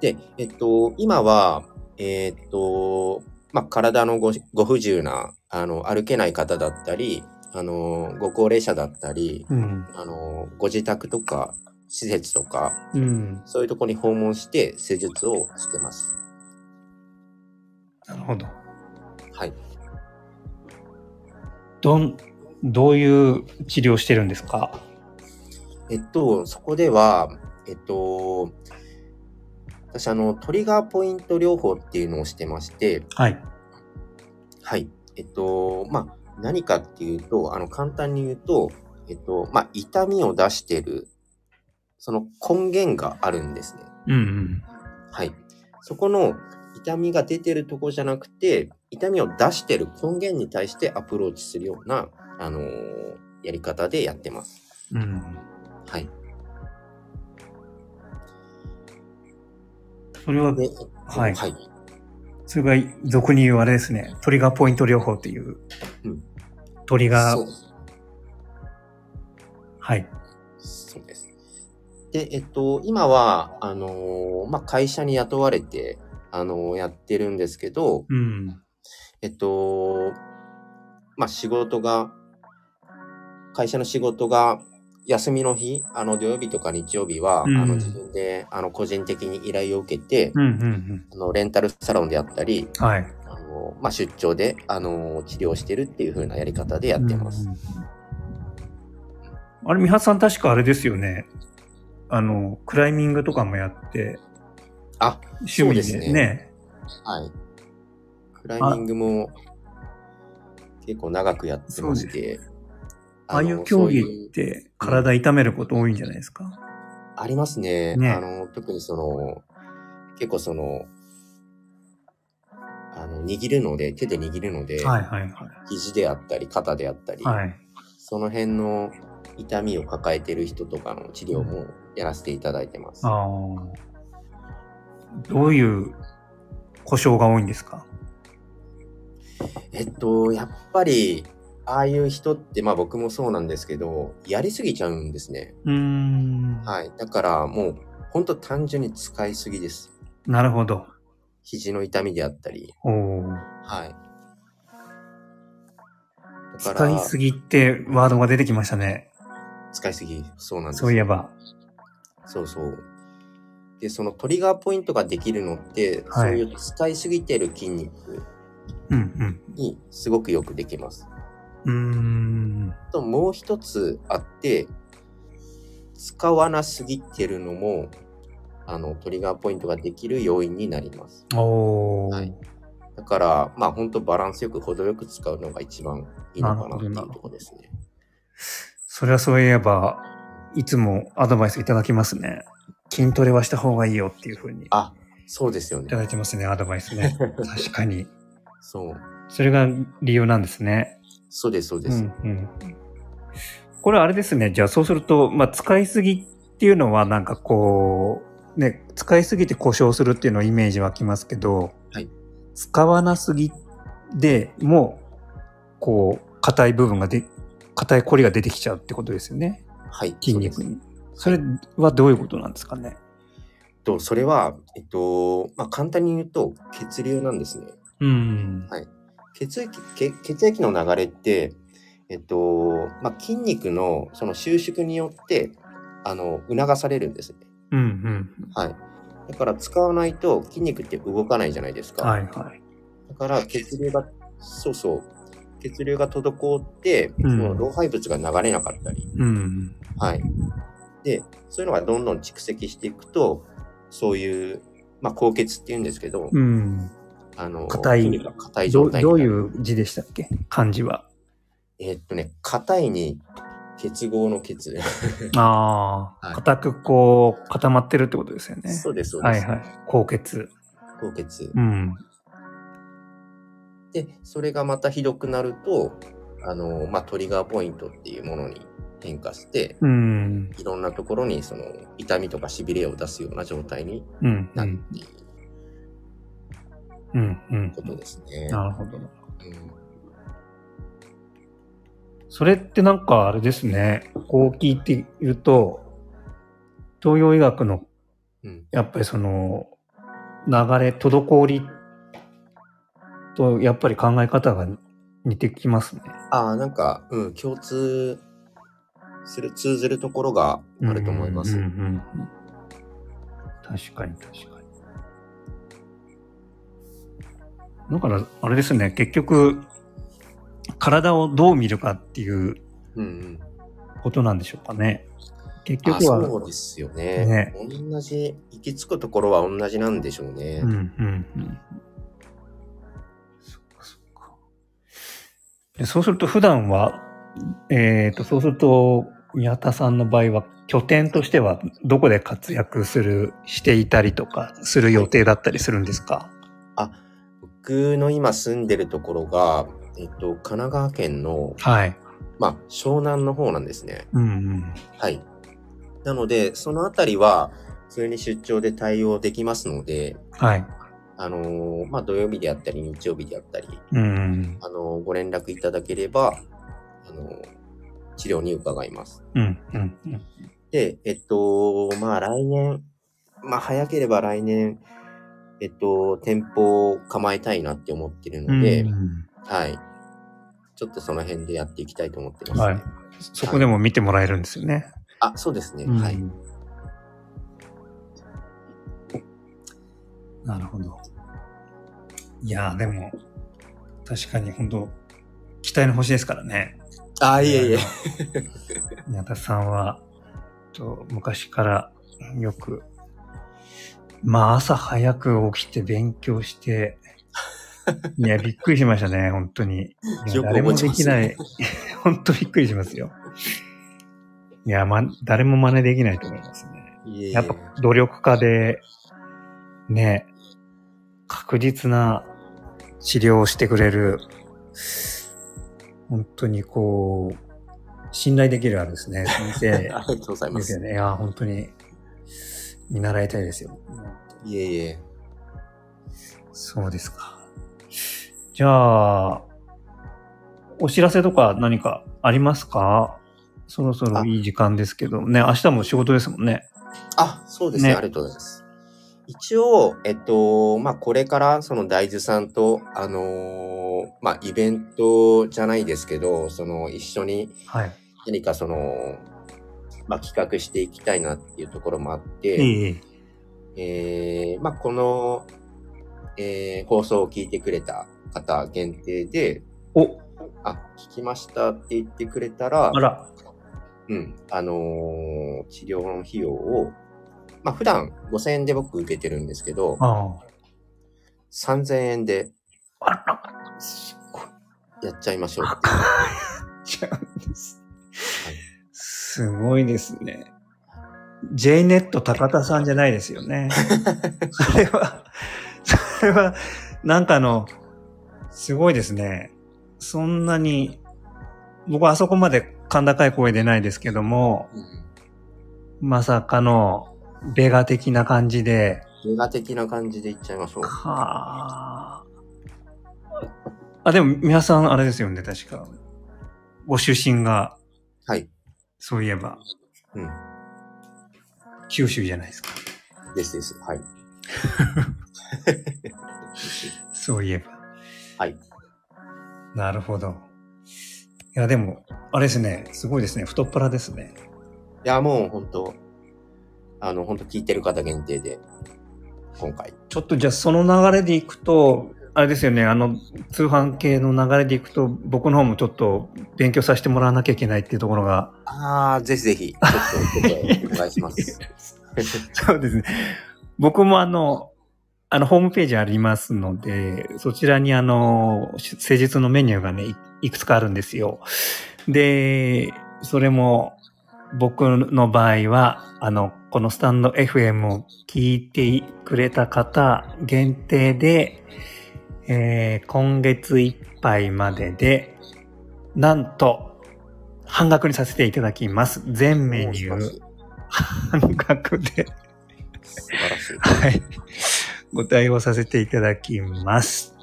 S2: で、えっと、今は、えっと、まあ、体のごご不自由な、あの、歩けない方だったり、あの、ご高齢者だったり、
S1: うん。
S2: あの、ご自宅とか、施設とか、
S1: うん。
S2: そういうとこに訪問して施術をしてます。
S1: なるほど。
S2: はい。
S1: どん、どういう治療をしてるんですか
S2: えっと、そこでは、えっと、私、あの、トリガーポイント療法っていうのをしてまして、
S1: はい。
S2: はい。えっと、まあ、何かっていうと、あの、簡単に言うと、えっと、まあ、痛みを出してる、その根源があるんですね。
S1: うん
S2: はい。そこの痛みが出てるとこじゃなくて、痛みを出してる根源に対してアプローチするような、あのーやり方でやってます。
S1: うん。うん。
S2: はい。
S1: それは、
S2: で、
S1: はい
S2: はい。
S1: それが俗に言うあれですね。トリガーポイント療法っていう
S2: うん。
S1: トリガ
S2: そう
S1: ー、はい。
S2: そうです。で、えっと、今は、あのーまあ、会社に雇われて、あのーやってるんですけど、
S1: うん。
S2: えっと、まあ、仕事が、会社の仕事が、休みの日、あの、土曜日とか日曜日は、
S1: うん
S2: あの、自分で、あの、個人的に依頼を受けて、
S1: うんうん
S2: あの、レンタルサロンであったり、
S1: うん。はい。
S2: あの、まあ、出張で、あの、治療してるっていう風なやり方でやってます。
S1: うんあれ、三橋さん確かあれですよね。あの、クライミングとかもやって、
S2: あ、
S1: 趣
S2: そうで
S1: 味
S2: す
S1: で
S2: ね
S1: ね。
S2: はい。クライミングも結構長くやってまして。
S1: ああい
S2: の
S1: う競技
S2: そうい
S1: っ
S2: う
S1: て体痛めること多いんじゃないですか。
S2: ありますね。
S1: ね
S2: あの、特にその、結構その、あの、握るので、手で握るので、
S1: はいはいはい。
S2: 肘であったり、肩であったり、
S1: はい。
S2: その辺の痛みを抱えてる人とかの治療もやらせていただいてます。
S1: ああ。どういう故障が多いんですか
S2: えっと、やっぱり、ああいう人って、まあ僕もそうなんですけど、やりすぎちゃうんですね。
S1: うーん。
S2: はい。だからもう、ほんと単純に使いすぎです。
S1: なるほど。
S2: 肘の痛みであったり。
S1: おー
S2: はい。だか
S1: 使
S2: ら、
S1: いすぎってワードが出てきましたね。
S2: 使いすぎ。そうなんです。
S1: そういえば。
S2: そうそう。で、そのトリガーポイントができるのって、
S1: はい
S2: そういう使いすぎてる筋肉
S1: うん
S2: にすごくよくできます。
S1: うん。うーん。
S2: あと、もう一つあって、使わなすぎてるのも、あの、トリガーポイントができる要因になります。
S1: おー。
S2: はいだから、まあ本当バランスよく程よく使うのが一番いいのかなっていうところですね。
S1: それはそういえば、いつもアドバイスいただきますね。筋トレはした方がいいよっていうふうに。い
S2: あ、そうですよね
S1: た。だいてますね、アドバイスね。確かに。
S2: そう。
S1: それが理由なんですね。
S2: そうです、そうで
S1: う
S2: す。
S1: んうん。これあれですね。じゃあそうすると、まあ、使いすぎっていうのはなんかこう、ね、使いすぎて故障するっていうのイメージ湧きますけど、
S2: はい
S1: 使わなすぎでもう、こう、硬い部分がで、硬い凝りが出てきちゃうってことですよね。
S2: はい。
S1: 筋肉
S2: そうです
S1: に。それはどういうことなんですかね。
S2: と、それは、えっと、まあ簡単に言うと、血流なんですね。
S1: うん。
S2: 血液、血血液の流れって、えっと、まあ筋肉のその収縮によって、あの、促されるんですね。
S1: うん
S2: はい。だから使わないと筋肉って動かないじゃないです
S1: う
S2: か。
S1: ん。はいはい。
S2: だから血流が、そうそう、血流が滞って、
S1: うん
S2: その老廃物が流れなかったり、
S1: うん。
S2: はい。で、そういうのがどんどん蓄積していくと、そういう、まあ、高血っていうんですけど、
S1: うん。
S2: あの、
S1: 硬い
S2: 筋肉が硬い
S1: ど
S2: 状
S1: う
S2: 態。
S1: どういうう字でしたっけ漢字は。
S2: えーっとね、硬いに、結合の結。
S1: ああ、
S2: はい
S1: 硬くこう固まってるってことですよね。
S2: そうです、そうです。
S1: はいはい。高血。
S2: 高血。
S1: うん。
S2: で、それがまたひどくなると、あの、まあ、トリガーポイントっていうものに変化して、
S1: うん。
S2: いろんなところにその痛みとか痺れを出すような状態に
S1: うん。う
S2: なる
S1: ん。
S2: っていう
S1: うん。うん
S2: ことですね。
S1: なるほど。
S2: うん
S1: それってなんかあれですね。こう聞いて言うと、東洋医学の
S2: うん
S1: やっぱりその流れ、滞りとやっぱり考え方が似てきますね。
S2: ああ、なんか、うん、共通する、通ずるところがあると思います。
S1: うんうんうんうん確かに確かに。だから、あれですね、結局、体をどう見るかっていう
S2: うんうん
S1: ことなんでしょうかね。結
S2: あ
S1: 局は、
S2: そうですよね
S1: ね
S2: 同じ、行き着くところは同じなんでしょうね。
S1: うんうんうん。そっかそっか。でそうすると普段は、えっ、と、そうすると、宮田さんの場合は、拠点としてはどこで活躍する、していたりとか、する予定だったりするんですか
S2: 僕の今住んでるところが、えっと、神奈川県の、
S1: はい。
S2: まあ、湘南の方なんですね。
S1: うんうん。
S2: はい。なので、そのあたりは、普通に出張で対応できますので、
S1: はい。
S2: あのーまあ、土曜日であったり、日曜日であったり、
S1: うんうん。
S2: あのーご連絡いただければ、あのー治療に伺います。
S1: うんうんうん。
S2: で、えっと、まあ、来年、まあ、早ければ来年、えっと、店舗を構えたいなって思ってるので、
S1: うんうん
S2: はい。ちょっとその辺でやっていきたいと思ってます、ね。
S1: はいそこでも見てもらえるんですよね。
S2: あ、そうですね。はい。
S1: うん。なるほど。いやー、でも、確かに本当期待の星ですからね。
S2: あ、いえいえ。
S1: 宮田さんは、と昔からよく、まあ朝早く起きて勉強して、 いや、びっくりしましたね、本当に。いや
S2: よく
S1: 誰
S2: 覚
S1: も
S2: えて
S1: で
S2: ま
S1: き
S2: す
S1: な
S2: ね
S1: い。 本当びっくりしますよ。いや、ま、誰も真似できないと思いますね。
S2: いえいえ
S1: やっぱ努力家で、ね、確実な治療をしてくれる、本当にこう、信頼できるあるですね、先 生
S2: ありがとうございま
S1: です
S2: す。
S1: よね。いや、本当に、見習いたいですよ。
S2: いえいえ。
S1: そうですか。じゃあ、お知らせとか何かありますかそろそろいい時間ですけどね、明日も仕事ですもんね。
S2: あ、そうですね。
S1: ね
S2: ありがとうございます。一応、えっと、まあ、これから、その大豆さんと、あのーまあ、イベントじゃないですけど、その、一緒に
S1: はい。
S2: 何かその、まあ、企画していきたいなっていうところもあって、
S1: いい。
S2: えーまあ、この、えー放送を聞いてくれた方限定で、
S1: お、
S2: あ、聞きましたって言ってくれたら、
S1: あら。
S2: うん、あのー治療の費用を、まあ、普段5000円で僕受けてるんですけど、
S1: あ
S2: 3000円で
S1: あ。あら。すごい。
S2: やっちゃいましょうってい
S1: 赤
S2: う。
S1: いちゃうんです。すごいですね。J ネット高田さんじゃないですよね。それは、それは、なんかあの、すごいですね。そんなに、僕はあそこまで甲高い声出ないですけども、
S2: うん
S1: まさかの、ベガ的な感じで、
S2: 映画的な感じでいっちゃいましょう。
S1: はあ。あ、でも皆さんあれですよね、確か。ご出身が、
S2: はい。
S1: そういえば、
S2: うん。
S1: 九州じゃないですか。
S2: ですです。はい。
S1: そういえば。
S2: はい。
S1: なるほど。いや、でも、あれですね、すごいですね、太っ腹ですね。
S2: いや、もう本当あの、本当聞いてる方限定で、今回。
S1: ちょっとじゃあその流れでいくと、あれですよね、あの、通販系の流れでいくと、僕の方もちょっと勉強させてもらわなきゃいけないっていうところが、
S2: ああ、ぜひぜひ、ちょっと今回お願いします。
S1: そうですね。僕もあの、あの、ホームページありますので、そちらにあの、し施術のメニューがね、いいくつかあるんですよ。で、それも、僕の場合は、あの、このスタンド FM を聞いてくれた方限定で、えー今月いっぱいまでで、なんと、半額にさせていただきます。全 メニュ
S2: もう
S1: ー半額で。
S2: 素晴らしい。素晴らし
S1: は
S2: い。
S1: い。ご対応させていただきます。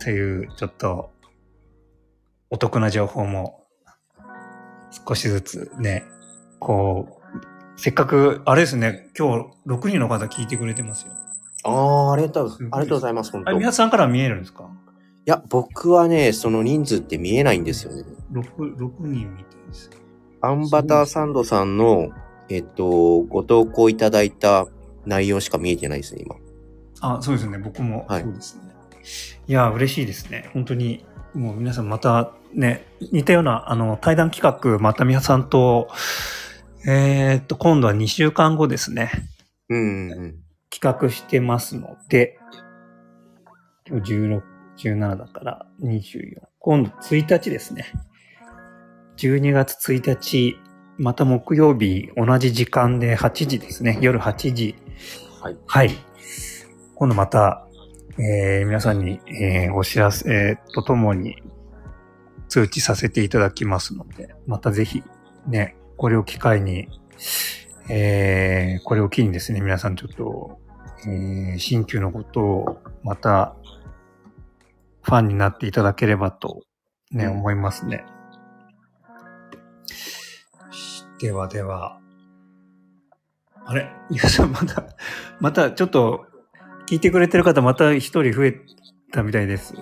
S1: という、ちょっと、お得な情報も、少しずつね、こう、せっかく、あれですね、今日6人の方聞いてくれてますよ。
S2: ああ、ありがとう、
S1: すごいです
S2: ありがとうございます、本
S1: あ
S2: 当
S1: れ、
S2: い
S1: 皆さんから見えるんですか
S2: や、僕はね、その人数って見えないんですよね。
S1: ?6、6人みたいです。
S2: アンバターサンドさんの、えっと、ご投稿いただいた内容しか見えてないですね、今。
S1: あ、そうですね。僕も、
S2: はい
S1: そうですね。いや、嬉しいですね。本当に、もう皆さんまたね、似たような、あの、対談企画、また皆さんと、えーっと、今度は2週間後ですね。
S2: うんうんうん。
S1: 企画してますので、今日16、 17だから24。今度1日ですね。12月1日、また木曜日、同じ時間で8時ですね。夜8時。
S2: はい。
S1: はい。今度また、えー皆さんに、えーお知らせ、えーとともに通知させていただきますので、またぜひ、ね、これを機会に、えーこれを機にですね、皆さんちょっと、えー新旧のことをまた、ファンになっていただければと、ね、
S2: うん
S1: 思いますね。ではでは、あれ皆さんまた、またちょっと、聞いてくれてる方また一人増えたみたいです。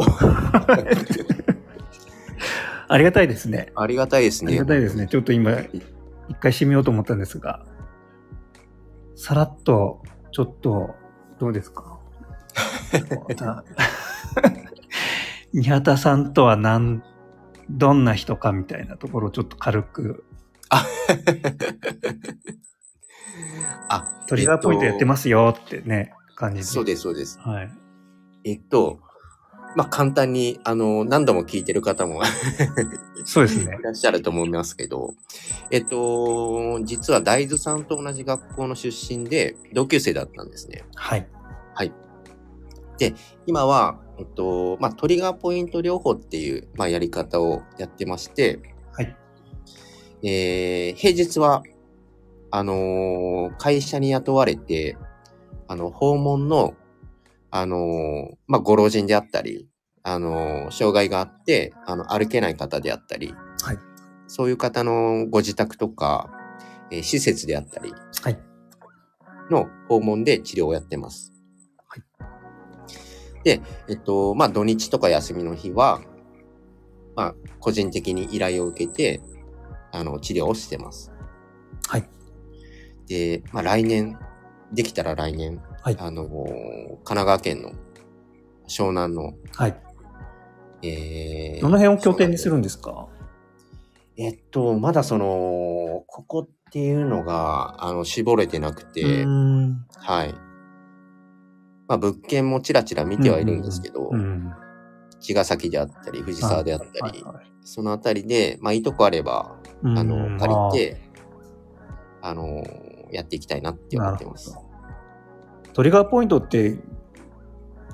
S2: ー
S1: ありがたいですね。
S2: ありがたいです
S1: あ
S2: ね。
S1: りがたいですね。ちょっと今、い一回締めようと思ったんですが、さらっと、ちょっと、どうです かまた宮田さんとは何、どんな人かみたいなところをちょっと軽く、
S2: あ、
S1: トリガーポイントやってますよってね、感じで。
S2: そうです、そうです。
S1: はい。
S2: えっと、まあ、簡単に、あの、何度も聞いてる方も
S1: そうですね
S2: い。らっしゃると思いますけど、えっと、実は大豆さんと同じ学校の出身で、同級生だったんですね。
S1: はい。
S2: 今は、えっと、まあ、トリガーポイント療法っていう、まあ、やり方をやってまして、
S1: はい。
S2: えー平日は、あのー会社に雇われて、あの、訪問の、あのーまあ、ご老人であったり、あのー障害があって、あの、歩けない方であったり、
S1: はい
S2: そういう方のご自宅とか、えー施設であったり、
S1: はい
S2: の訪問で治療をやってます。
S1: はい
S2: で、えっと、まあ、土日とか休みの日は、まあ、個人的に依頼を受けて、あの、治療をしてます。
S1: はい。
S2: で、まあ、来年、できたら来年、
S1: はい
S2: あの、神奈川県の湘南の、
S1: はい。
S2: えー、
S1: どの辺を拠点にするんですか
S2: えっと、まだその、ここっていうのが、あの、絞れてなく
S1: う
S2: て、
S1: ーん。
S2: はい。まあ、物件もちらちら見てはいるんですけど、
S1: うん。
S2: 茅ヶ崎であったり、藤沢であったり、
S1: はいはい
S2: そのあたりで、まあ、いいとこあれば、
S1: う
S2: あ
S1: ん
S2: の、借りて、あの、やっていきたいなって思ってます。
S1: なるほどトリガーポイントって、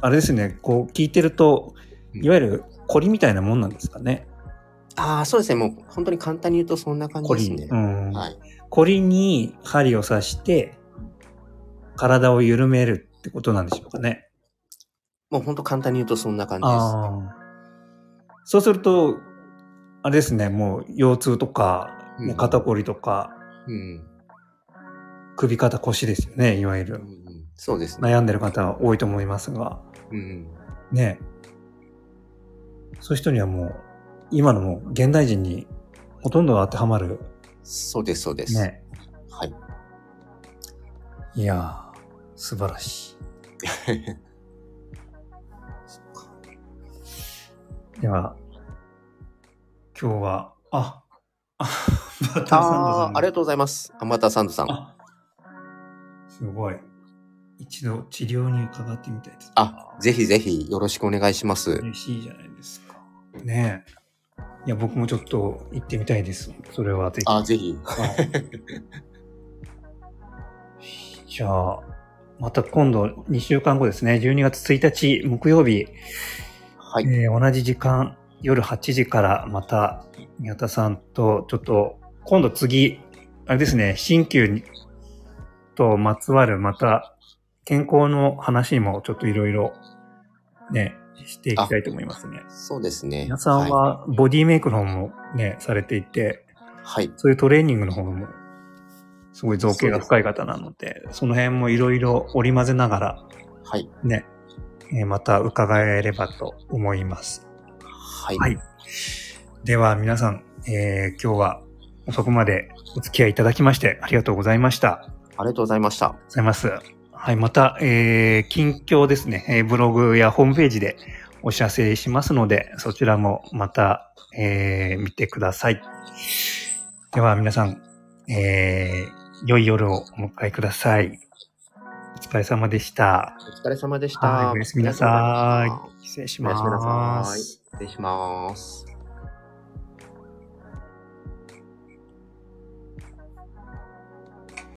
S1: あれですね、こう聞いてると、
S2: うん
S1: いわゆるコリみたいなもんなんですかね。
S2: ああ、そうですね。もう本当に簡単に言うとそんな感じ
S1: コ
S2: です
S1: リ、
S2: ね
S1: う。ん
S2: はい。
S1: コリに針を刺して、体を緩めるってことなんでしょうかね。
S2: もう本当簡単に言うとそんな感じです。
S1: ああ。そうすると、あれですね、もう腰痛とか、ね
S2: うん
S1: 肩こりとか、
S2: うん
S1: 首肩腰ですよね、いわゆ
S2: う
S1: る。
S2: ん。そうですね。
S1: 悩んでる方は多いと思いますが。
S2: うん。
S1: ねえそういう人にはもう、今のもう現代人にほとんど当てはまる。
S2: そうです、そうです。
S1: ね
S2: はい。
S1: いやー、素晴ら しい。では、今日は、あ、あ、 バターサンドさん
S2: あ
S1: の
S2: あ、ありがとうございます。アマタサンドさん。
S1: あすごい。一度治療に伺ってみたいです。
S2: あ、ぜひぜひよろしくお願いします。
S1: 嬉しいじゃないですか。ねえ。いや、僕もちょっと行ってみたいです。それはぜひ。
S2: あ、ぜひ。
S1: はいじゃあ、また今度2週間後ですね、12月1日木曜日、
S2: はい。
S1: えー同じ時間、夜8時からまた宮田さんとちょっと、今度次、あれですね、新旧にとまつわるまた健康の話もちょっといろいろね、していきたいと思いますね。
S2: そうですね。
S1: 皆さん
S2: い、
S1: はボディメイクの方もね、されていて、
S2: はい。
S1: そういうトレーニングの方も、すごい造形が深い方なので、その辺もいろいろ織り交ぜながら、
S2: はい。
S1: ね、えーまた伺えればと思います。
S2: はい。
S1: はい。では皆さん、えー今日は遅くまでお付き合いいただきましてありがとうございました。
S2: ありがとうございました。
S1: ございます。はい、また、えー近況ですね、えーブログやホームページでお知らせしますので、そちらもまた、えー見てください。では皆さん、えー良い夜をお迎えください。お疲れ様でした。
S2: お疲れ様でし
S1: は
S2: た。
S1: いおやすみなさい
S2: お疲れ様でした
S1: 失礼し
S2: おやすみな
S1: ま
S2: さい。
S1: す。
S2: 失礼します。